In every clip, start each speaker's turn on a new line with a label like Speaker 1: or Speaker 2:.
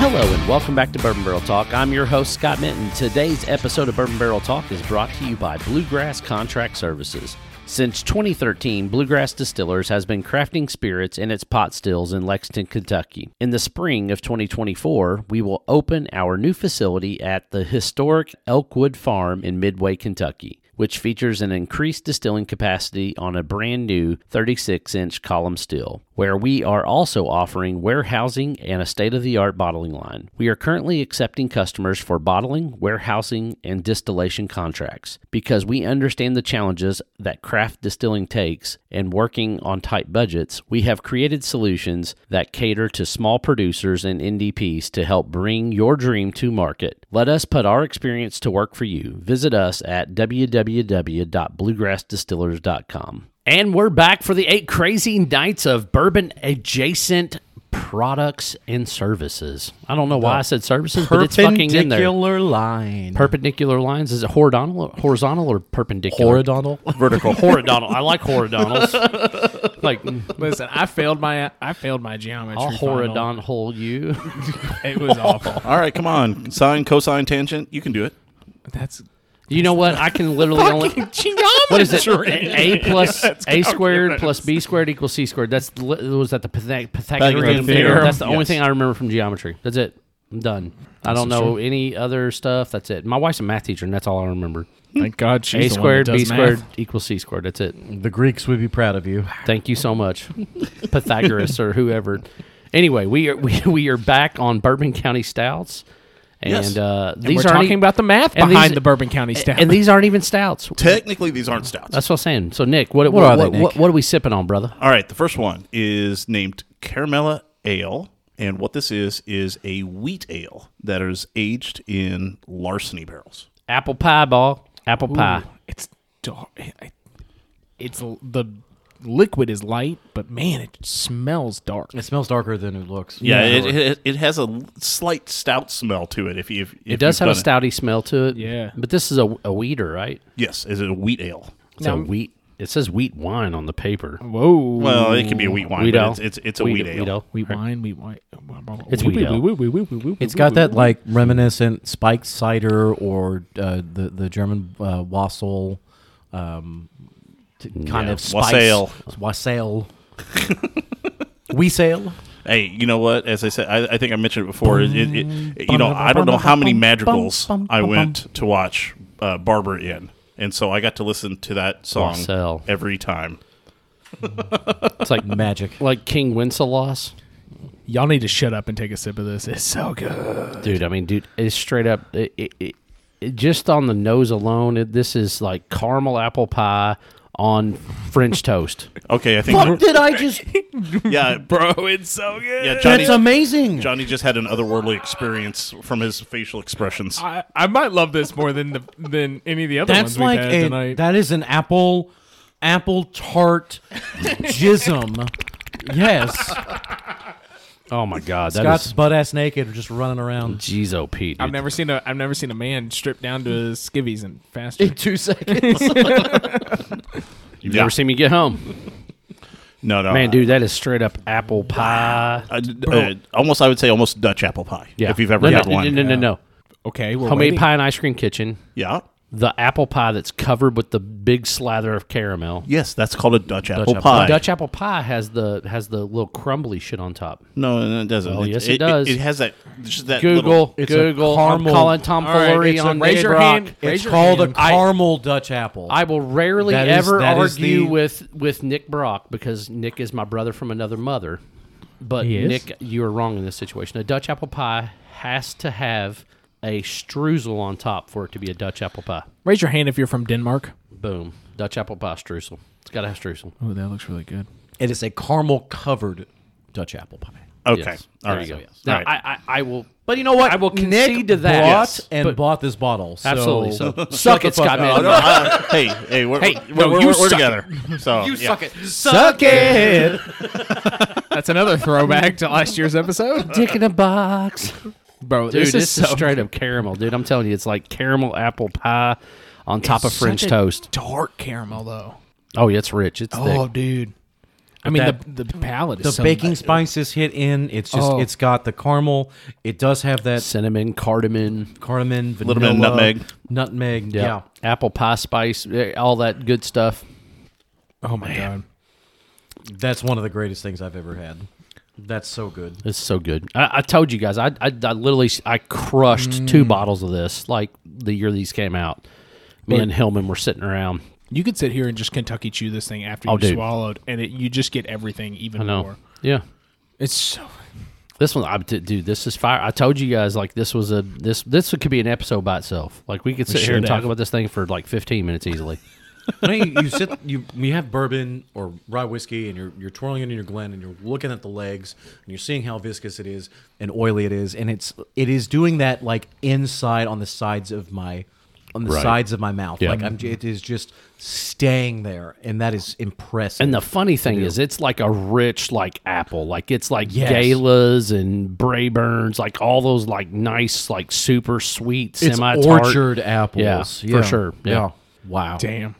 Speaker 1: Welcome back to Bourbon Barrel Talk. I'm your host, Scott Minton. Today's episode of Bourbon Barrel Talk is brought to you by Bluegrass Contract Services. Since 2013, Bluegrass Distillers has been crafting spirits in its pot stills in Lexington, Kentucky. In the spring of 2024, we will open our new facility at the historic Elkwood Farm in Midway, Kentucky which features an increased distilling capacity on a brand new 36 inch column still, where we are also offering warehousing and a state of the art bottling line. We are currently accepting customers for bottling, warehousing, and distillation contracts because we understand the challenges that craft distilling takes and working on tight budgets. We have created solutions that cater to small producers and NDPs to help bring your dream to market. Let us put our experience to work for you. Visit us at www www.bluegrassdistillers.com. And we're back for the eight crazy nights of bourbon adjacent products and services. I don't know why I said services, but it's fucking in there.
Speaker 2: Perpendicular line.
Speaker 1: Perpendicular lines is it horizontal, horizontal or perpendicular?
Speaker 2: Horizontal.
Speaker 1: Vertical, horizontal. I like horizontals. like mm,
Speaker 3: Listen, I failed my I failed my geometry.
Speaker 1: I'll
Speaker 3: final.
Speaker 1: horizontal you.
Speaker 3: It was awful.
Speaker 2: All right, come on. Sine, cosine, tangent. You can do it.
Speaker 3: That's
Speaker 1: You know what? I can literally only what is it? A plus A squared plus B squared equals C squared. That's li- was that the Pythag- Pythagorean
Speaker 2: Pythagorean
Speaker 1: theorem.
Speaker 2: theorem.
Speaker 1: That's the only
Speaker 2: Yes.
Speaker 1: thing I remember from geometry. That's it. I'm done. I don't know any other stuff. That's it. My wife's a math teacher, and that's all I remember.
Speaker 3: thank God she's
Speaker 1: A
Speaker 3: the one
Speaker 1: squared,
Speaker 3: that
Speaker 1: B
Speaker 3: does math.
Speaker 1: squared equals C squared. That's it.
Speaker 4: The Greeks would be proud of you.
Speaker 1: Thank you so much, Pythagoras or whoever. Anyway, we are we, we are back on Bourbon County Stouts, and
Speaker 2: Yes.
Speaker 1: uh,
Speaker 3: And
Speaker 1: these
Speaker 3: we're
Speaker 1: aren't
Speaker 3: talking
Speaker 1: e-
Speaker 3: about the math
Speaker 1: and
Speaker 3: behind
Speaker 1: these-
Speaker 3: the Bourbon County stout.
Speaker 1: and these aren't even stouts.
Speaker 2: Technically, these aren't stouts.
Speaker 1: That's what I'm saying. So Nick, what what
Speaker 4: What are
Speaker 1: what,
Speaker 4: they,
Speaker 1: what,
Speaker 4: Nick?
Speaker 1: what are we sipping on, brother?
Speaker 2: All right, the first one is named Caramella Ale. And what this is, is a wheat ale that is aged in larceny barrels.
Speaker 1: Apple pie ball. Apple pie.
Speaker 3: it's dark. I- I- It's l- the liquid is light, but man, it smells dark.
Speaker 4: It smells darker than it looks.
Speaker 2: Yeah, it, it, it has a slight stout smell to it. If you, if, if
Speaker 1: It does
Speaker 2: you've
Speaker 1: have a
Speaker 2: done
Speaker 1: stouty smell to it.
Speaker 3: Yeah.
Speaker 1: But this is a, a wheater, right?
Speaker 2: Yes, is it a wheat ale?
Speaker 1: It's
Speaker 3: Now-
Speaker 1: a wheat. It says wheat wine on the paper.
Speaker 3: Whoa.
Speaker 2: Well, it can be a wheat Oh, wine,
Speaker 1: Wheat ale.
Speaker 2: but it's, it's it's a wheat, ale.
Speaker 1: ale.
Speaker 3: we wine, we wine. It's
Speaker 1: wheat ale.
Speaker 4: It's got that like reminiscent spiked cider or uh, the the German uh, wassail, um, t- kind
Speaker 2: Yeah,
Speaker 4: of spice.
Speaker 2: wassail.
Speaker 4: Wassail. we sail.
Speaker 2: Hey, you know what? As I said, I, I think I mentioned it before. It, it, it, you know, I don't know how many madrigals I went to watch uh, Barber in, and so I got to listen to that song
Speaker 1: Marcel.
Speaker 2: every time.
Speaker 1: It's like
Speaker 4: Magic.
Speaker 1: like King Wenceslaus.
Speaker 3: Y'all need to shut up and take a sip of this. It's so good.
Speaker 1: Dude, I mean, dude, it's straight up. It, it, it, it- just on the nose alone, it, this is like caramel apple pie on French toast.
Speaker 2: Okay, I think
Speaker 4: Fuck did I just?
Speaker 2: yeah,
Speaker 3: Bro, it's so good.
Speaker 2: yeah, Johnny,
Speaker 4: That's amazing.
Speaker 2: Johnny just had an otherworldly experience from his facial expressions.
Speaker 3: I, I might love this more than the than any of the other ones
Speaker 4: That's
Speaker 3: we've
Speaker 4: like
Speaker 3: had
Speaker 4: a,
Speaker 3: tonight.
Speaker 4: that is an apple apple tart jism. Yes,
Speaker 1: Oh my God, that
Speaker 4: Scott's
Speaker 1: is
Speaker 4: butt ass naked, just running around.
Speaker 1: jeez, oh Pete.
Speaker 3: I've never seen a I've never seen a man stripped down to his skivvies and faster.
Speaker 4: In two seconds.
Speaker 1: You've
Speaker 2: Yeah. Uh,
Speaker 1: never seen me get home,
Speaker 2: No, no,
Speaker 1: man, dude. That is straight up apple pie.
Speaker 2: I- uh, almost, I would say almost Dutch apple pie.
Speaker 1: Yeah.
Speaker 2: if you've ever
Speaker 1: no, no,
Speaker 2: had
Speaker 1: no,
Speaker 2: one.
Speaker 1: no, no, no, no.
Speaker 3: Okay, we're
Speaker 1: Homemade
Speaker 3: waiting.
Speaker 1: pie and ice cream kitchen.
Speaker 2: Yeah.
Speaker 1: the apple pie that's covered with the big slather of caramel.
Speaker 2: Yes, that's called a Dutch apple
Speaker 4: apple
Speaker 2: pie.
Speaker 1: The Dutch apple pie has the has the little crumbly shit on top.
Speaker 2: No, no, it doesn't.
Speaker 1: Oh, yes, it does.
Speaker 2: It, has that. Just that
Speaker 1: Google,
Speaker 2: little-
Speaker 4: It's a
Speaker 1: Google. I'm
Speaker 4: caramel-
Speaker 1: calling tomfoolery
Speaker 3: it's a-
Speaker 1: on
Speaker 3: raise
Speaker 1: Dave
Speaker 3: your
Speaker 1: Brock.
Speaker 3: hand. Raise
Speaker 4: it's
Speaker 3: your
Speaker 4: called a
Speaker 3: hand.
Speaker 1: I-
Speaker 4: caramel Dutch apple.
Speaker 1: I will rarely
Speaker 4: That is-
Speaker 1: ever
Speaker 4: that is
Speaker 1: argue
Speaker 4: the-
Speaker 1: with with Nick Brock because Nick is my brother from another mother. But
Speaker 3: He is?
Speaker 1: Nick, you are wrong in this situation. A Dutch apple pie has to have a streusel on top for it to be a Dutch apple pie.
Speaker 3: Raise your hand if you're from Denmark.
Speaker 1: Boom, Dutch apple pie streusel. It's got to have streusel.
Speaker 3: Oh, that looks really good.
Speaker 4: It is a caramel covered Dutch apple pie.
Speaker 2: Okay.
Speaker 1: Yes.
Speaker 2: All
Speaker 1: there
Speaker 2: right.
Speaker 1: you go.
Speaker 2: All
Speaker 1: Now,
Speaker 2: right.
Speaker 1: I, I I will
Speaker 4: But you know what?
Speaker 1: I will
Speaker 4: Nick
Speaker 1: concede to that.
Speaker 4: Bought
Speaker 1: Yes.
Speaker 4: and
Speaker 1: But-
Speaker 4: bought this bottle. So
Speaker 1: Absolutely. So,
Speaker 4: Shut
Speaker 1: suck
Speaker 4: the
Speaker 1: it,
Speaker 4: fuck
Speaker 1: Scott Mann.
Speaker 4: up.
Speaker 2: No, I- hey, hey, we're,
Speaker 1: Hey,
Speaker 2: we're,
Speaker 1: no,
Speaker 2: we're,
Speaker 1: you
Speaker 2: we're
Speaker 1: suck
Speaker 2: together. So
Speaker 1: You
Speaker 2: yeah.
Speaker 1: suck it.
Speaker 4: Suck it.
Speaker 3: That's another throwback to last year's episode,
Speaker 1: Dick in a box.
Speaker 3: bro.
Speaker 1: Dude,
Speaker 3: this, is, so
Speaker 1: straight up caramel, dude. I'm telling you, it's like caramel apple pie on top of French toast.
Speaker 3: Dark caramel though.
Speaker 1: Oh, yeah, it's rich. It's thick.
Speaker 3: dude, I mean,
Speaker 4: that-
Speaker 3: the, the palate
Speaker 4: The
Speaker 3: is so
Speaker 4: baking spice is hit in. It's just
Speaker 3: Oh.
Speaker 4: it's got the caramel. It does have that
Speaker 1: Cinnamon, cardamom,
Speaker 4: cardamom, vanilla,
Speaker 2: little bit of nutmeg.
Speaker 4: nutmeg.
Speaker 1: yeah.
Speaker 4: Yeah,
Speaker 1: apple pie spice, eh, all that good stuff.
Speaker 3: Oh my god.
Speaker 4: that's one of the greatest things I've ever had. That's so good.
Speaker 1: It's so good. I, I told you guys, I, I, I literally I crushed two bottles of this like the year these came out. Me and Hillman were sitting around.
Speaker 3: You could sit here and just Kentucky chew this thing after
Speaker 1: Oh,
Speaker 3: you
Speaker 1: dude.
Speaker 3: swallowed, and it, you just get everything even
Speaker 1: I know.
Speaker 3: more.
Speaker 1: Yeah,
Speaker 3: It's so
Speaker 1: this one, I, d- dude, this is fire. I told you guys like this was a this this could be an episode by itself. Like we could sit here
Speaker 3: should
Speaker 1: and talk
Speaker 3: have.
Speaker 1: about this thing for like fifteen minutes easily.
Speaker 4: I mean, you sit, you you have bourbon or rye whiskey, and you're you're twirling it in your glen, and you're looking at the legs, and you're seeing how viscous it is and oily it is, and it's it is doing that like inside on the sides of my on the
Speaker 1: Right.
Speaker 4: sides of my mouth,
Speaker 1: Yeah.
Speaker 4: like I'm, it is just staying there, and that is impressive.
Speaker 1: And the funny thing is, it's like a rich like apple. Like it's like
Speaker 4: Yes.
Speaker 1: Galas and Brayburns, like all those like nice like super sweet
Speaker 4: it's
Speaker 1: semi
Speaker 4: orchard apples,
Speaker 1: Yeah, for sure. Yeah.
Speaker 4: wow,
Speaker 3: damn.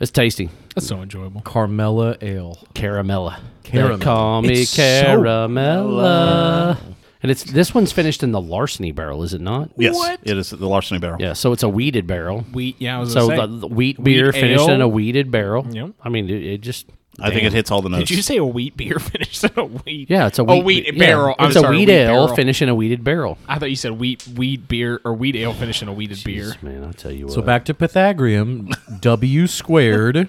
Speaker 1: It's tasty.
Speaker 3: That's so enjoyable.
Speaker 4: Carmella ale.
Speaker 1: Caramella.
Speaker 4: Caramel.
Speaker 1: They call me
Speaker 3: It's so-
Speaker 1: Caramella. and it's this one's finished in the larceny barrel, is it not?
Speaker 2: Yes,
Speaker 3: What?
Speaker 2: it is the larceny barrel.
Speaker 1: Yeah, so it's a weeded barrel.
Speaker 3: Wheat, yeah. I was
Speaker 1: So
Speaker 3: gonna
Speaker 1: the,
Speaker 3: say.
Speaker 1: the wheat beer finished
Speaker 3: ale.
Speaker 1: in a weeded barrel.
Speaker 3: Yep.
Speaker 1: I mean, it, it just
Speaker 2: I think it hits all the notes.
Speaker 3: Did you say a wheat beer finished in a wheat?
Speaker 1: yeah, it's a
Speaker 3: Oh,
Speaker 1: wheat,
Speaker 3: wheat
Speaker 1: yeah,
Speaker 3: barrel. I'm
Speaker 1: it's a
Speaker 3: sorry,
Speaker 1: wheat,
Speaker 3: wheat
Speaker 1: ale
Speaker 3: barrel.
Speaker 1: finished in a weeded barrel.
Speaker 3: I thought you said wheat wheat beer or wheat ale finished in a weeded beer.
Speaker 1: Man, I tell you what.
Speaker 4: So back to Pythagorean, W squared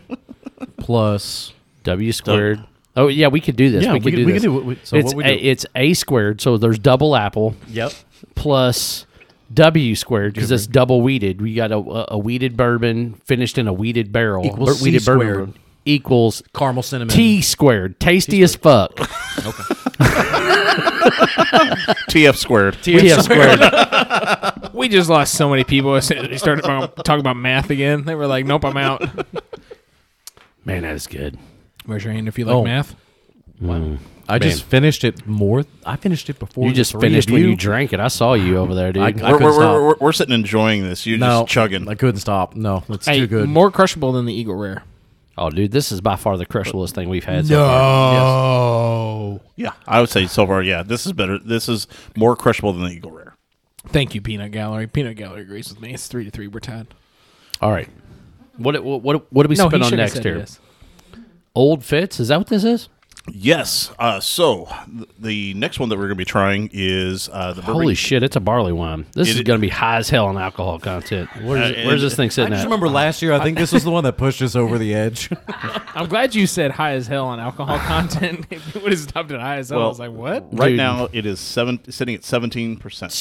Speaker 4: plus
Speaker 1: W squared. oh yeah, we could do this.
Speaker 4: Yeah,
Speaker 1: we could
Speaker 4: we
Speaker 1: do
Speaker 4: could- we
Speaker 1: this.
Speaker 4: could do what we- so
Speaker 1: it's
Speaker 4: what we
Speaker 1: a,
Speaker 4: do?
Speaker 1: it's a squared. So there's double apple. Yep. Plus W squared because it's double weeded. We got a, a, a weeded bourbon finished in a weeded barrel.
Speaker 4: Equals
Speaker 1: Bur-
Speaker 4: C
Speaker 1: weeded bourbon
Speaker 4: squared.
Speaker 1: equals
Speaker 4: caramel cinnamon
Speaker 1: T squared. Tasty as fuck.
Speaker 2: TF squared?
Speaker 1: TF squared.
Speaker 3: We just lost so many people as soon as we started about- talking about math again. They were like, "Nope, I'm out."
Speaker 1: Man, that is good. Mm.
Speaker 3: Where's your hand if you like
Speaker 4: Oh.
Speaker 3: math?
Speaker 4: I just
Speaker 1: Man.
Speaker 4: finished it more. I finished it before.
Speaker 1: You
Speaker 4: the
Speaker 1: just
Speaker 4: three
Speaker 1: finished
Speaker 4: of
Speaker 1: when you drank it. I saw you over there, dude.
Speaker 4: I- I
Speaker 2: We're,
Speaker 4: couldn't
Speaker 2: we're,
Speaker 4: stop.
Speaker 2: we're, we're, we're sitting enjoying this. You're
Speaker 4: no,
Speaker 2: just chugging.
Speaker 4: I couldn't stop. No, it's
Speaker 3: Hey,
Speaker 4: too good.
Speaker 3: More crushable than the Eagle Rare.
Speaker 1: oh, dude, this is by far the crushless thing we've had. so far.
Speaker 3: No.
Speaker 2: yeah, I would say so far. Yeah, this is better. This is more crushable than the Eagle Rare.
Speaker 3: Thank you, Peanut Gallery. Peanut Gallery agrees with me. It's three to three. We're tied.
Speaker 1: All right. What what what, what do we
Speaker 3: he
Speaker 1: spend on
Speaker 3: should've
Speaker 1: next
Speaker 3: said
Speaker 1: here?
Speaker 3: yes.
Speaker 1: Old Fitz. Is that what this is?
Speaker 2: Yes. Uh, so th- the next one that we're going to be trying is uh, the bourbon.
Speaker 1: Holy shit, it's a barley wine. This is
Speaker 2: It-
Speaker 1: going to be high as hell in alcohol content. Where's,
Speaker 2: Uh,
Speaker 1: where's
Speaker 2: it-
Speaker 1: this thing
Speaker 4: I
Speaker 1: sitting
Speaker 4: just
Speaker 1: at?
Speaker 4: remember last year. I think this was the one that pushed us over the edge.
Speaker 3: I'm glad you said high as hell on alcohol content. if you would have stopped at high as hell, I
Speaker 2: Well,
Speaker 3: was like, "What?"
Speaker 2: Right
Speaker 1: Dude.
Speaker 2: now, it is seven, sitting at seventeen percent.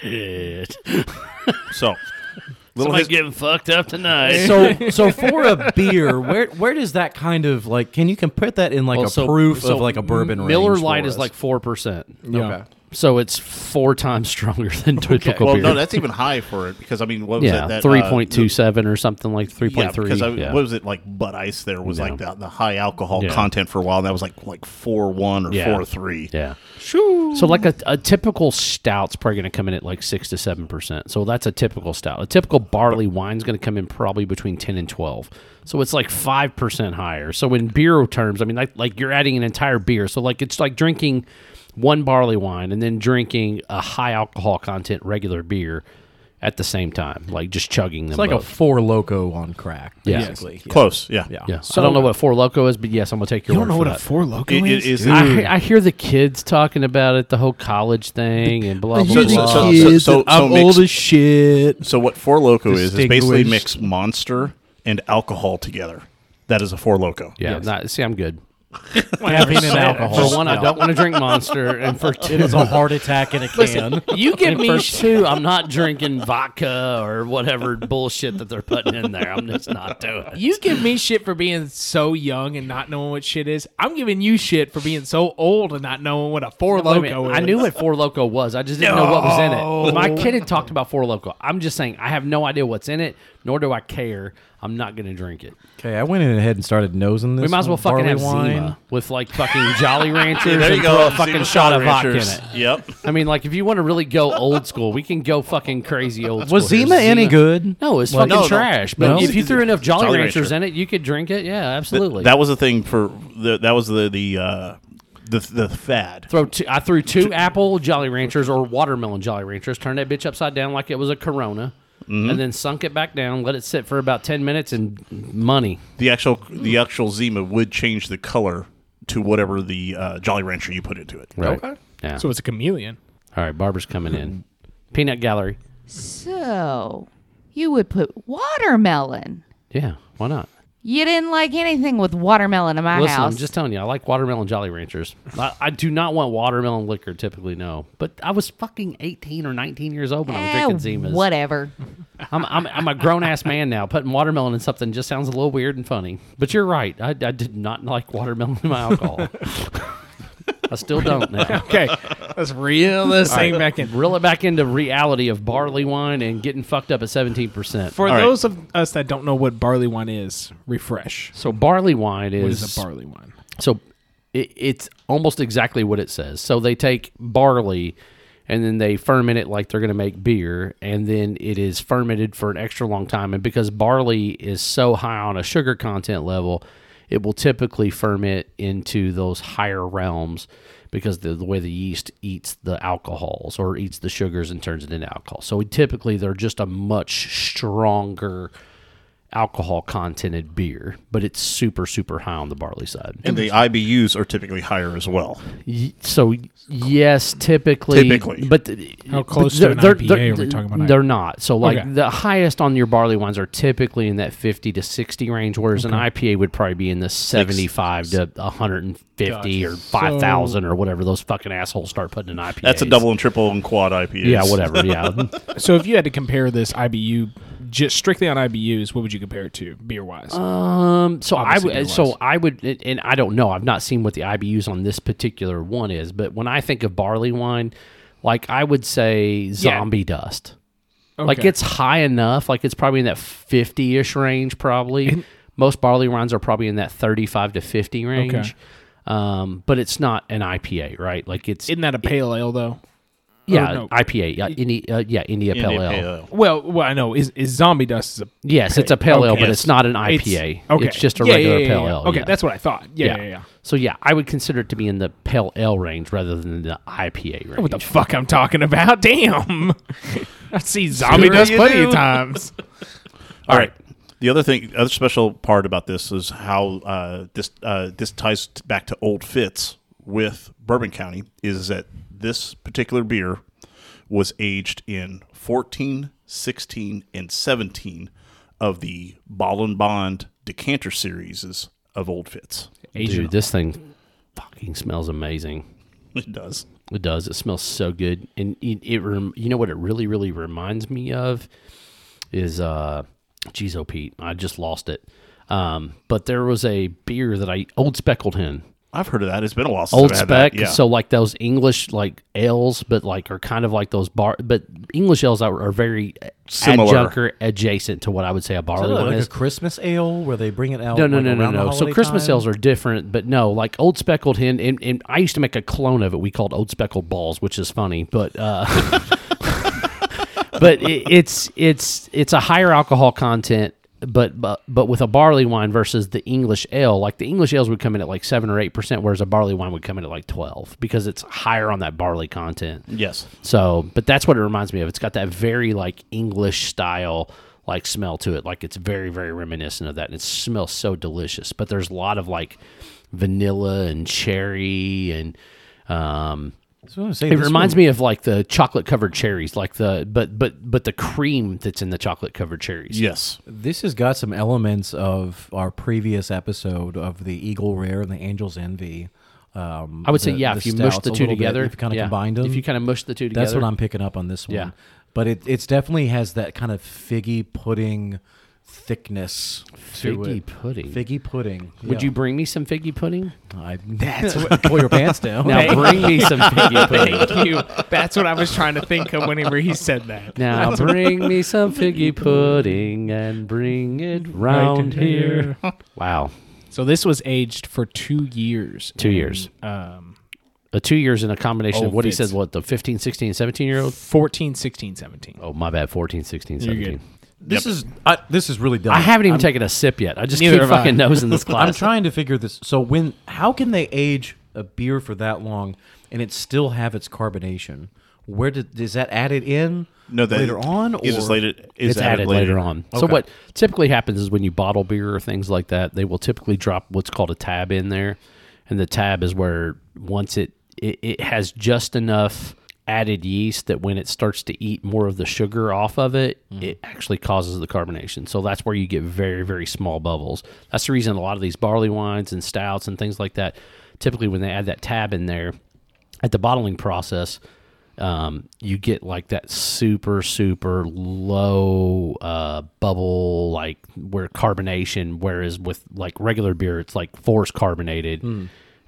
Speaker 1: shit.
Speaker 2: So, little
Speaker 1: Somebody's
Speaker 2: his-
Speaker 1: getting fucked up tonight.
Speaker 4: so, so for a beer, where where does that kind of like? Can you compare that in like
Speaker 1: Well,
Speaker 4: a
Speaker 1: so-
Speaker 4: proof
Speaker 1: so
Speaker 4: of like a bourbon?
Speaker 1: Miller
Speaker 4: range for
Speaker 1: Lite is
Speaker 4: us?
Speaker 1: like 4%.
Speaker 3: Yeah.
Speaker 4: Okay.
Speaker 1: So it's four times stronger than typical
Speaker 2: well,
Speaker 1: beer.
Speaker 2: no, that's even high for it because I mean, what was
Speaker 1: yeah,
Speaker 2: it? That, uh,
Speaker 1: 3.27 or something like 3.3.
Speaker 2: Yeah, because I,
Speaker 1: yeah.
Speaker 2: what was it like? Bud Ice there was like the, the high alcohol
Speaker 1: Yeah.
Speaker 2: content for a while, and that was like like four one or
Speaker 1: Yeah.
Speaker 2: four three.
Speaker 1: Yeah. So like a, a typical stout's probably going to come in at like six to seven percent. So that's a typical stout. A typical barley wine's going to come in probably between ten and twelve. So it's like five percent higher. So in beer terms, I mean, like like you're adding an entire beer. So like it's like drinking one barley wine and then drinking a high alcohol content regular beer at the same time, like just chugging them.
Speaker 4: It's like a
Speaker 1: both.
Speaker 4: four loco on crack,
Speaker 1: Yeah.
Speaker 4: basically. Yeah.
Speaker 2: Close, yeah,
Speaker 4: Yeah.
Speaker 1: yeah. I don't know what four loco is, but yes, I'm gonna take your. word for that.
Speaker 3: four loco
Speaker 2: It, it is.
Speaker 1: I, I hear the kids talking about it, the whole college thing, and blah blah.
Speaker 2: So-
Speaker 1: blah.
Speaker 2: so- so- kids so- and so I'm mixed- old as
Speaker 4: shit.
Speaker 2: so what Four Loco is is basically
Speaker 4: Distinguished.
Speaker 2: mix Monster and alcohol together. That is a Four Loco.
Speaker 1: Yeah, not, see, I'm good.
Speaker 4: Caffeine and alcohol.
Speaker 1: For one, I don't want to drink Monster, and for two,
Speaker 4: it is a heart attack in a can.
Speaker 1: you give me two, I'm not drinking vodka or whatever bullshit that they're putting in there. I'm just not doing it.
Speaker 3: You give me shit for being so young and not knowing what shit is. I'm giving you shit for being so old and not knowing what a four
Speaker 1: Wait a
Speaker 3: loco
Speaker 1: minute,
Speaker 3: is.
Speaker 1: I knew what Four Loco was. I just didn't know what was in it. My kid had talked about Four Loco. I'm just saying I have no idea what's in it, nor do I care. I'm not gonna drink it.
Speaker 4: Okay, I went in ahead and started nosing this.
Speaker 1: We might as well fucking
Speaker 4: barley
Speaker 1: have
Speaker 4: wine.
Speaker 1: Zima with like fucking Jolly Ranchers
Speaker 2: there
Speaker 1: and
Speaker 2: you
Speaker 1: throw
Speaker 2: go.
Speaker 1: a fucking
Speaker 2: Zima
Speaker 1: shot of
Speaker 2: Jolly
Speaker 1: vodka in
Speaker 2: Ranchers.
Speaker 1: it.
Speaker 2: Yep.
Speaker 1: I mean, like if you want to really go old school, we can go fucking crazy old school.
Speaker 4: Was
Speaker 1: here.
Speaker 4: Zima any good?
Speaker 1: No, it's
Speaker 4: Like-
Speaker 1: fucking
Speaker 2: No, no.
Speaker 1: trash.
Speaker 4: No?
Speaker 1: But if you threw enough Jolly,
Speaker 2: Jolly
Speaker 1: Ranchers
Speaker 2: Rancher.
Speaker 1: in it, you could drink it. Yeah, absolutely.
Speaker 2: That was the thing for the, that was the the uh, the the fad.
Speaker 1: Throw two, I threw two apple Jolly Ranchers or watermelon Jolly Ranchers, turned that bitch upside down like it was a Corona, and then sunk it back down, let it sit for about 10 minutes, and money.
Speaker 2: The actual the actual Zima would change the color to whatever the uh, Jolly Rancher you put into it.
Speaker 1: Okay. Yeah.
Speaker 3: So it's a chameleon.
Speaker 1: All right, Barbara's coming in. Peanut Gallery.
Speaker 5: So you would put watermelon.
Speaker 1: Yeah, why not?
Speaker 5: You didn't like anything with watermelon in my
Speaker 1: Listen,
Speaker 5: house.
Speaker 1: I'm just telling you, I like watermelon Jolly Ranchers. I, I do not want watermelon liquor, typically, no. But I was fucking 18 or 19 years old when I was
Speaker 5: Eh,
Speaker 1: drinking Zimas.
Speaker 5: Whatever.
Speaker 1: I'm, I'm, I'm a grown ass man now. Putting watermelon in something just sounds a little weird and funny. But you're right. I, I did not like watermelon in my alcohol. I still don't now.
Speaker 3: Okay, let's reel this thing back in.
Speaker 1: Reel it back into reality of barley wine and getting fucked up at 17%.
Speaker 3: For
Speaker 2: All right.
Speaker 3: those of us that don't know what barley wine is, refresh.
Speaker 1: so, barley wine is.
Speaker 3: What is a barley wine?
Speaker 1: So it, it's almost exactly what it says. So they take barley and then they ferment it like they're going to make beer and then it is fermented for an extra long time and because barley is so high on a sugar content level, it will typically ferment into those higher realms because the, the way the yeast eats the alcohols or eats the sugars and turns it into alcohol. So typically they're just a much stronger alcohol contented beer, but it's super super high on the barley side.
Speaker 2: And the IBUs are typically higher as well.
Speaker 1: Y- so yes, typically,
Speaker 2: Typically.
Speaker 1: but th-
Speaker 3: How
Speaker 1: but
Speaker 3: close to an IPA are we talking about?
Speaker 1: They're not. So like
Speaker 3: Okay.
Speaker 1: the highest on your barley wines are typically in that fifty to sixty range, whereas an IPA would probably be in the seventy-five to one hundred and fifty or five thousand or whatever those fucking assholes start putting in IPA.
Speaker 2: That's a double and triple and quad IPA.
Speaker 1: Yeah, whatever. Yeah,
Speaker 3: So if you had to compare this IBU just strictly on IBUs, what would you compare it to beer wise?
Speaker 1: Um, so I
Speaker 3: Obviously
Speaker 1: would,
Speaker 3: beer-wise.
Speaker 1: so I would, and- and I don't know. I've not seen what the IBUs on this particular one is, but when I think of barley wine, like I would say zombie dust. Like
Speaker 3: Okay.
Speaker 1: it's high enough. Like it's probably in that fifty-ish range. Probably most barley wines are probably in that thirty-five to fifty range. Um, but it's not an IPA, right? Like it's
Speaker 3: Isn't that a pale ale though?
Speaker 1: yeah
Speaker 3: or oh, no.
Speaker 1: IPA, yeah, Indi, uh, yeah India,
Speaker 2: India
Speaker 1: Pale Ale.
Speaker 2: Pale Ale.
Speaker 3: Well, well, I know is, is zombie dust is a
Speaker 1: Yes, it's a pale ale,
Speaker 3: Okay.
Speaker 1: but it's not an
Speaker 3: it's-
Speaker 1: IPA. It's,
Speaker 3: okay.
Speaker 1: just a
Speaker 3: Yeah, yeah,
Speaker 1: regular
Speaker 3: yeah,
Speaker 1: pale
Speaker 3: yeah.
Speaker 1: ale.
Speaker 3: Okay,
Speaker 1: yeah.
Speaker 3: that's what I thought. Yeah, yeah, yeah.
Speaker 1: So yeah, I would consider it to be in the pale ale range rather than the IPA range.
Speaker 3: What the fuck I'm talking about? Damn, I see zombie
Speaker 2: Sure
Speaker 3: dust
Speaker 2: you
Speaker 3: plenty of
Speaker 2: do.
Speaker 3: times.
Speaker 2: All right. The other thing, other special part about this is how uh, this uh, this ties t- back to Old Fitz with Bourbon County is that this particular beer was aged in 14, 16, and 17 of the Ball and Bond decanter series of Old Fitz.
Speaker 1: Dude, this thing fucking smells amazing.
Speaker 2: It does.
Speaker 1: It does. It smells so good, and it, it rem- you know what it really really reminds me of is uh, geez, oh Pete, I just lost it. Um, but there was a beer that I old speckled hen.
Speaker 2: I've heard of that. It's been a while since
Speaker 1: old
Speaker 2: I've had that.
Speaker 1: spec. So like those English like ales, but like are kind of like those bar, but English ales are, are very
Speaker 2: Similar.
Speaker 1: adjunct or adjacent to what I would say a barley
Speaker 4: Like,
Speaker 1: one
Speaker 4: a
Speaker 1: is.
Speaker 4: Christmas ale where they bring it out.
Speaker 1: No, no,
Speaker 4: like,
Speaker 1: no, no,
Speaker 4: around the
Speaker 1: no. So
Speaker 4: holiday
Speaker 1: Christmas
Speaker 4: time?
Speaker 1: ales are different, but no, like old speckled hen, and, and I used to make a clone of it. We called old speckled balls, which is funny, but uh, but it, it's it's it's a higher alcohol content. But, but but with a barley wine versus the English ale, like the English ales would come in at like seven or eight percent, whereas a barley wine would come in at like twelve because it's higher on that barley content.
Speaker 2: yes.
Speaker 1: So, but that's what it reminds me of. It's got that very like English style like smell to it. Like it's very very reminiscent of that, and it smells so delicious. But there's a lot of like vanilla and cherry and um
Speaker 4: That's what I'm saying.
Speaker 1: it
Speaker 4: This
Speaker 1: reminds
Speaker 4: one-
Speaker 1: me of like the chocolate covered cherries, like the but but but the cream that's in the chocolate covered cherries.
Speaker 2: Yes.
Speaker 4: This has got some elements of our previous episode of the Eagle Rare and the Angel's Envy. Um,
Speaker 1: I would say
Speaker 4: the-
Speaker 1: yeah.
Speaker 4: the
Speaker 1: if you mush
Speaker 4: stouts
Speaker 1: the
Speaker 4: a
Speaker 1: two
Speaker 4: little bit,
Speaker 1: together,
Speaker 4: if you kind of
Speaker 1: yeah.
Speaker 4: combined them,
Speaker 1: If you kind of mush the two together,
Speaker 4: That's what I'm picking up on this one.
Speaker 1: Yeah.
Speaker 4: But it it's definitely has that kind of figgy pudding thickness to
Speaker 1: Figgy
Speaker 4: it.
Speaker 1: pudding.
Speaker 4: Figgy pudding.
Speaker 1: Would
Speaker 4: yeah.
Speaker 1: you bring me some figgy pudding?
Speaker 4: I, that's what pull your pants down.
Speaker 1: Now bring me some figgy pudding.
Speaker 3: Thank you. That's what I was trying to think of whenever he said that.
Speaker 1: Now bring me some figgy pudding and bring it round here. Wow,
Speaker 3: So this was aged for two years.
Speaker 1: two years.
Speaker 3: Um,
Speaker 1: Uh, two years in a combination of
Speaker 3: Old
Speaker 1: what he
Speaker 3: Oh, fits.
Speaker 1: says, what, the 15, 16, 17 year old?
Speaker 3: 14, 16, 17.
Speaker 1: Oh, my bad, 14, 16,
Speaker 3: You're good.
Speaker 1: 17.
Speaker 4: This is I, this is really dumb.
Speaker 1: I haven't even taken a sip yet. I just
Speaker 3: Neither
Speaker 1: keep
Speaker 3: have I.
Speaker 1: fucking nosing this class.
Speaker 4: I'm trying to figure this. So when how can they age a beer for that long and it still have its carbonation? Where did is that added in?
Speaker 2: No, that
Speaker 4: later on.
Speaker 2: It
Speaker 4: or?
Speaker 2: is later. it is
Speaker 1: it's added, later, on. So
Speaker 4: Okay.
Speaker 1: what typically happens is when you bottle beer or things like that, they will typically drop what's called a tab in there, and the tab is where once it it, it has just enough added yeast that when it starts to eat more of the sugar off of it, it actually causes the carbonation. So that's where you get very very small bubbles. That's the reason a lot of these barley wines and stouts and things like that, typically when they add that tab in there, at the bottling process, um, you get like that super super low uh, bubble like where carbonation whereas with like regular beer it's like force carbonated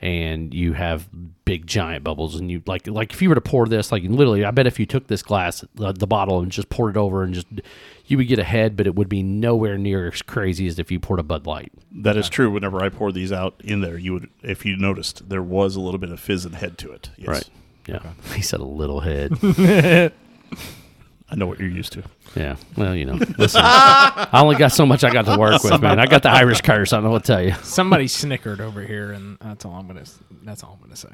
Speaker 1: and you have big giant bubbles and you like like if you were to pour this like literally i bet if you took this glass the, the bottle and just poured it over and just you would get a head but it would be nowhere near as crazy as if you poured a bud light
Speaker 2: That is true. Whenever I poured these out in there, you would, if you noticed, there was a little bit of fizz and head to it. Yes.
Speaker 1: yeah he said a little head
Speaker 2: I know what you're used to.
Speaker 1: Yeah. Well, you know, listen, I only got so much I got to work with, man. I got the Irish curse. I don't know what to tell you.
Speaker 3: Somebody snickered over here, and that's all I'm gonna. That's all I'm gonna say.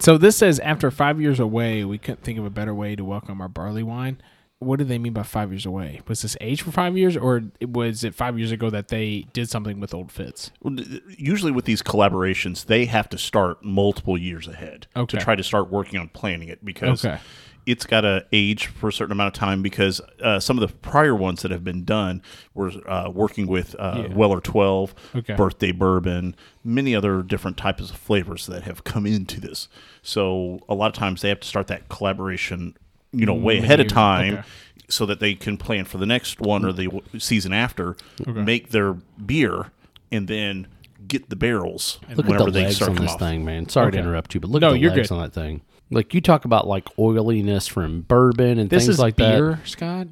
Speaker 3: So this says after five years away, we couldn't think of a better way to welcome our barley wine. What do they mean by five years away? Was this age for five years, or it- was it five years ago that they did something with Old Fitz?
Speaker 2: Well, d- Usually with these collaborations, they have to start multiple years ahead
Speaker 3: Okay.
Speaker 2: to try to start working on planning it because
Speaker 3: Okay.
Speaker 2: it's got to age for a certain amount of time. Because uh, some of the prior ones that have been done were uh, working with uh, Weller Twelve,
Speaker 3: Okay.
Speaker 2: Birthday Bourbon, many other different types of flavors that have come into this. So a lot of times they have to start that collaboration, you know, way ahead of
Speaker 3: years.
Speaker 2: time
Speaker 3: Okay.
Speaker 2: so that they can plan for the next one or the w- season after, make their beer, and then get the barrels
Speaker 1: Look
Speaker 2: whenever
Speaker 1: at the
Speaker 2: they
Speaker 1: legs
Speaker 2: start
Speaker 1: on
Speaker 2: coming
Speaker 1: this
Speaker 2: off.
Speaker 1: thing, man. Sorry to
Speaker 3: Okay.
Speaker 1: interrupt you, but look
Speaker 3: No,
Speaker 1: at the
Speaker 3: you're
Speaker 1: legs
Speaker 3: good.
Speaker 1: on that thing. Like you talk about like oiliness from bourbon and
Speaker 3: This
Speaker 1: things
Speaker 3: is
Speaker 1: like that.
Speaker 3: beer, Scott.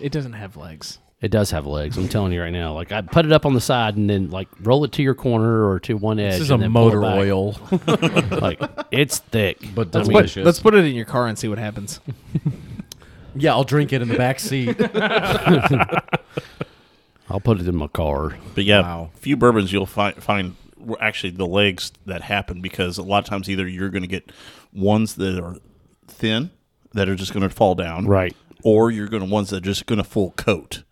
Speaker 3: It doesn't have legs.
Speaker 1: It does have legs. I'm telling you right now. Like I put it up on the side and then like roll it to your corner or to one edge.
Speaker 4: This is a
Speaker 1: and then pull it
Speaker 4: motor
Speaker 1: back.
Speaker 4: oil.
Speaker 1: Like it's thick,
Speaker 4: But
Speaker 1: I
Speaker 4: that's
Speaker 1: mean,
Speaker 4: what-
Speaker 3: But
Speaker 4: Delicious.
Speaker 3: let's put it in your car and see what happens.
Speaker 4: yeah, I'll drink it in the back seat.
Speaker 1: I'll put it in my car.
Speaker 2: But yeah,
Speaker 4: Wow.
Speaker 2: few bourbons you'll find find were actually the legs that happen because a lot of times either you're going to get ones that are thin that are just going to fall down,
Speaker 1: Right.
Speaker 2: or you're going to ones that are just going to full coat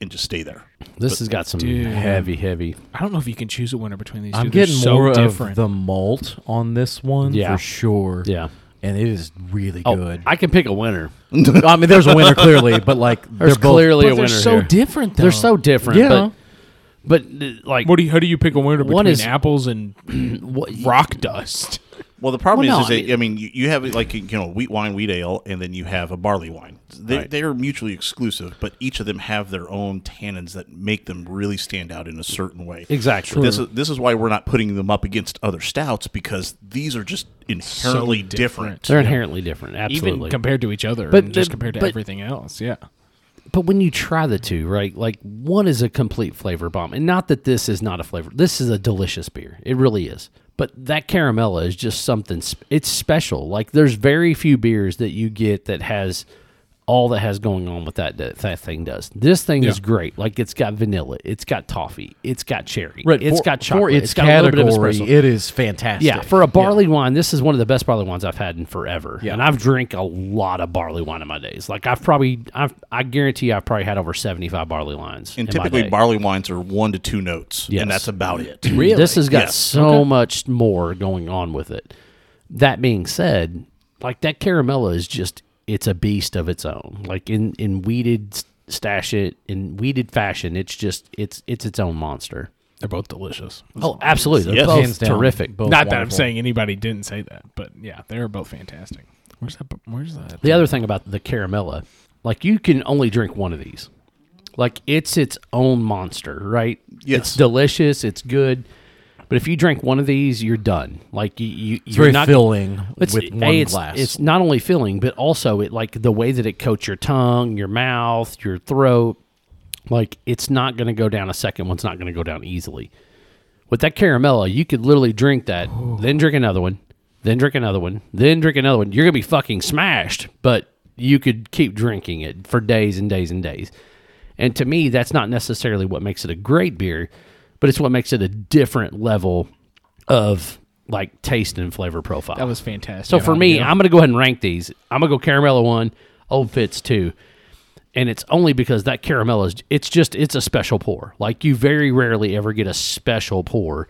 Speaker 2: and just stay there.
Speaker 1: This has got some
Speaker 3: Dude.
Speaker 1: heavy, heavy.
Speaker 3: I don't know if you can choose a winner between these.
Speaker 4: I'm
Speaker 3: two. They're
Speaker 4: getting
Speaker 3: so
Speaker 4: more
Speaker 3: different.
Speaker 4: of the malt on this one
Speaker 1: Yeah.
Speaker 4: for sure.
Speaker 1: Yeah.
Speaker 4: and it is really
Speaker 1: Oh,
Speaker 4: good.
Speaker 1: I can pick a winner.
Speaker 4: I mean, there's a winner clearly, but like
Speaker 1: There's
Speaker 4: they're both,
Speaker 1: clearly
Speaker 3: But
Speaker 1: a
Speaker 3: they're
Speaker 1: winner.
Speaker 3: so
Speaker 1: here.
Speaker 3: different. Though.
Speaker 1: They're so different.
Speaker 4: Yeah.
Speaker 1: But, but uh, like,
Speaker 3: What do you? How do you pick a winner between
Speaker 1: One is-
Speaker 3: apples and
Speaker 1: what-
Speaker 3: rock dust?
Speaker 2: Well, the problem
Speaker 1: Well,
Speaker 2: is,
Speaker 1: no,
Speaker 2: is that, I mean, you, you have like you know wheat wine, wheat ale, and then you have a barley wine. They they are mutually exclusive, but each of them have their own tannins that make them really stand out in a certain way.
Speaker 1: Exactly.
Speaker 2: This is this is why we're not putting them up against other stouts because these are just inherently different.
Speaker 1: they're inherently different.
Speaker 3: even
Speaker 1: Absolutely.
Speaker 3: compared to each other,
Speaker 1: But
Speaker 3: and just
Speaker 1: the-
Speaker 3: compared to
Speaker 1: but-
Speaker 3: everything else. Yeah,
Speaker 1: but when you try the two, right? Like one is a complete flavor bomb, and not that this is not a flavor. This is a delicious beer. It really is. But that caramella is just something. sp- It's special. Like there's very few beers that you get that has all that has going on with that that, that thing does. This thing is great. Like it's got vanilla, it's got toffee, it's got cherry,
Speaker 4: Right,
Speaker 1: it's
Speaker 4: for-
Speaker 1: got chocolate,
Speaker 4: For its,
Speaker 1: it's got
Speaker 4: category,
Speaker 1: a little bit of espresso.
Speaker 4: it is fantastic.
Speaker 1: Yeah, for a barley wine, this is one of the best barley wines I've had in forever.
Speaker 4: Yeah.
Speaker 1: And I've drank a lot of barley wine in my days. Like I've probably I've I guarantee you I've probably had over 75 barley wines.
Speaker 2: And
Speaker 1: in my
Speaker 2: typically,
Speaker 1: day.
Speaker 2: barley wines are one to two notes,
Speaker 1: Yes.
Speaker 2: and that's about it.
Speaker 1: Really? This has got
Speaker 2: Yes.
Speaker 1: so much more going on with it. That being said, like that caramella is just it's a beast of its own. Like in in weeded s- stash it in weeded fashion, it's just it's it's its own monster.
Speaker 3: they're both delicious.
Speaker 1: Oh, absolutely. They're
Speaker 2: Yes.
Speaker 1: both
Speaker 4: Hands down,
Speaker 1: terrific.
Speaker 4: both.
Speaker 3: Not that I'm
Speaker 4: wonderful.
Speaker 3: saying anybody didn't say that, but yeah, they're both fantastic. Where's that? Where's that?
Speaker 1: The other thing about the caramella, like you can only drink one of these. Like it's its own monster, right?
Speaker 2: Yes.
Speaker 1: It's delicious. It's good. But if you drink one of these, you're done. Like you, you it's you're
Speaker 4: very
Speaker 1: not,
Speaker 4: filling
Speaker 1: It's-
Speaker 4: with
Speaker 1: A,
Speaker 4: one
Speaker 1: it's-
Speaker 4: glass.
Speaker 1: It's not only filling, but also it like the way that it coats your tongue, your mouth, your throat. Like it's not going to go down. A second one's not going to go down easily. With that caramella, you could literally drink that, then drink another one, then drink another one, then drink another one. You're going to be fucking smashed, but you could keep drinking it for days and days and days. And to me, that's not necessarily what makes it a great beer, but it's what makes it a different level of like taste and flavor profile.
Speaker 3: That was fantastic.
Speaker 1: So for me,
Speaker 3: Yeah.
Speaker 1: I'm going to go ahead and rank these. I'm going to go Caramella one, Old Fitz two, and it's only because that Caramella is it's just it's a special pour. Like you very rarely ever get a special pour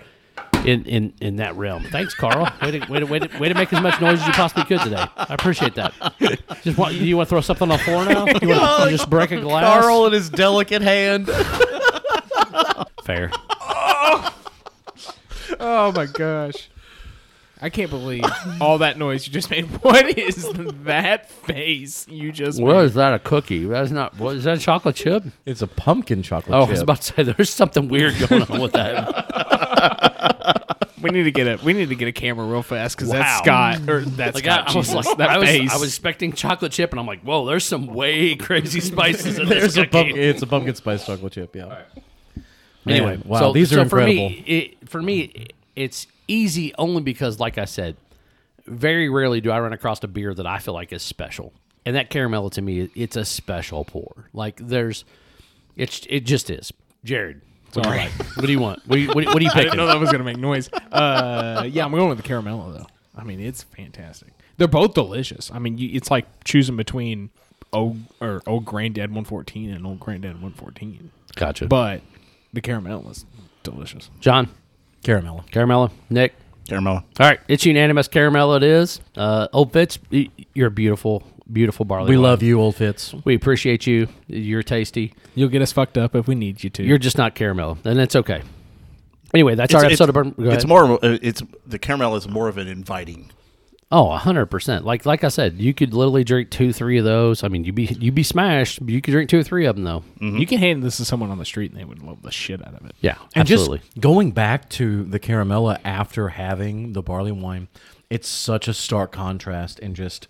Speaker 1: in in in that realm. Thanks, Carl. Way to way to way to, way to make as much noise as you possibly could today. I appreciate that. Just want, you want to throw something on the floor now? You want to just break a glass?
Speaker 4: Oh, Carl in his delicate hand.
Speaker 1: Fair.
Speaker 3: Oh my gosh. I can't believe all that noise you just made. What is that face you just
Speaker 1: What
Speaker 3: made?
Speaker 1: is that? A cookie? That's not. What is that? A chocolate chip?
Speaker 4: It's a pumpkin chocolate
Speaker 1: Oh, I
Speaker 4: chip.
Speaker 1: was about to say there's something weird going on with that.
Speaker 3: We need to get a we need to get a camera real fast because
Speaker 1: Wow.
Speaker 3: that's Scott or that's
Speaker 1: Like I,
Speaker 3: Scott.
Speaker 1: I was
Speaker 3: Jesus,
Speaker 1: like,
Speaker 3: that
Speaker 1: I, was,
Speaker 3: face.
Speaker 1: I was expecting chocolate chip, and I'm like, whoa, there's some way crazy spices in
Speaker 4: There's
Speaker 1: this
Speaker 4: a
Speaker 1: cookie.
Speaker 4: pumpkin. It's a pumpkin spice chocolate chip. Yeah.
Speaker 1: Anyway,
Speaker 4: Man, wow,
Speaker 1: so,
Speaker 4: these are
Speaker 1: so for me.
Speaker 4: incredible.
Speaker 1: It, for me, it's easy only because, like I said, very rarely do I run across a beer that I feel like is special, and that caramel to me, it's a special pour. Like there's, it's it just is. Jared, what do you,
Speaker 3: Sorry.
Speaker 1: like? what do you want? What do you, what do you- what do you
Speaker 3: I didn't
Speaker 1: picking?
Speaker 3: know that was gonna make noise. Uh, yeah, I'm going with the caramello though. I mean, it's fantastic. They're both delicious. I mean, you, it's like choosing between old or old granddad 114 and old granddad 114.
Speaker 1: Gotcha.
Speaker 3: But the caramello is delicious.
Speaker 1: John,
Speaker 4: Caramel.
Speaker 1: Caramella, Nick.
Speaker 2: Caramella.
Speaker 1: All right, it's unanimous. Caramel, it is. Uh, Old Fitz, y- you're a beautiful, beautiful barley.
Speaker 4: We
Speaker 1: wine.
Speaker 4: love you, old Fitz.
Speaker 1: We appreciate you. You're tasty.
Speaker 3: You'll get us fucked up if we need you to.
Speaker 1: You're just not caramel, and that's okay. Anyway, that's our episode of Burn. go
Speaker 2: It's
Speaker 1: ahead.
Speaker 2: more. of a- It's the caramel is more of an inviting.
Speaker 1: Oh, hundred percent. Like like I said, you could literally drink two, three of those. I mean, you'd be you'd be smashed. but You could drink two or three of them though.
Speaker 3: You can hand this to someone on the street and they would love the shit out of it.
Speaker 1: Yeah,
Speaker 4: And
Speaker 1: absolutely.
Speaker 4: just going back to the caramella after having the barley wine, it's such a stark contrast in just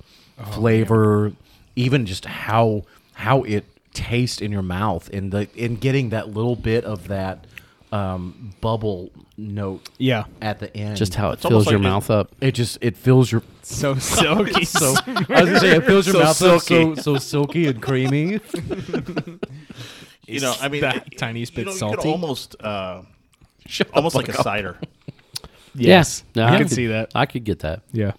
Speaker 4: flavor, even just how how it tastes in your mouth and the in getting that little bit of that um, bubble note
Speaker 3: Yeah.
Speaker 4: at the end.
Speaker 1: just how it
Speaker 2: It's almost
Speaker 1: fills your
Speaker 2: like it-
Speaker 1: mouth up.
Speaker 4: it just it fills your
Speaker 3: So silky.
Speaker 4: so I was gonna say it fills your
Speaker 2: So
Speaker 4: mouth
Speaker 2: silky.
Speaker 4: up so so silky and creamy.
Speaker 2: You know, I mean,
Speaker 3: That
Speaker 2: it-
Speaker 3: tiny bit
Speaker 2: you know, You
Speaker 3: salty.
Speaker 2: could almost,
Speaker 1: Oh
Speaker 2: uh, almost like a cider.
Speaker 3: yes.
Speaker 1: Yeah. No,
Speaker 3: I, can
Speaker 1: could-
Speaker 3: see that.
Speaker 1: I could get that.
Speaker 3: Yeah.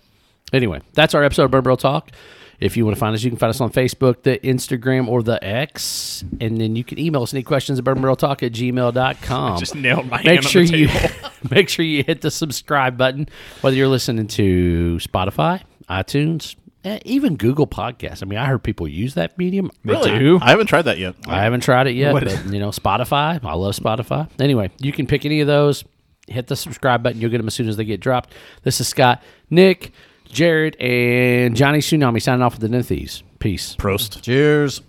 Speaker 1: Anyway, that's our episode of Burn Barrel Talk. If you want to find us, you can find us on Facebook, the Instagram, or the X. And then you can email us any questions at bourbonbarreltalk at gmail.com.
Speaker 3: Just nailed my
Speaker 1: make
Speaker 3: hand
Speaker 1: sure
Speaker 3: on the
Speaker 1: you
Speaker 3: table.
Speaker 1: make sure you hit the subscribe button, whether you're listening to Spotify, iTunes, eh, even Google Podcasts. I mean, I heard people use that medium.
Speaker 3: Really? do?
Speaker 2: I haven't tried that yet.
Speaker 1: I haven't tried it yet,
Speaker 3: What-
Speaker 1: but you know, Spotify. I love Spotify. Anyway, you can pick any of those. Hit the subscribe button. You'll get them as soon as they get dropped. This is Scott, Nick, Jared, and Johnny Tsunami signing off with the Ninthies. Peace.
Speaker 2: Prost.
Speaker 4: Cheers.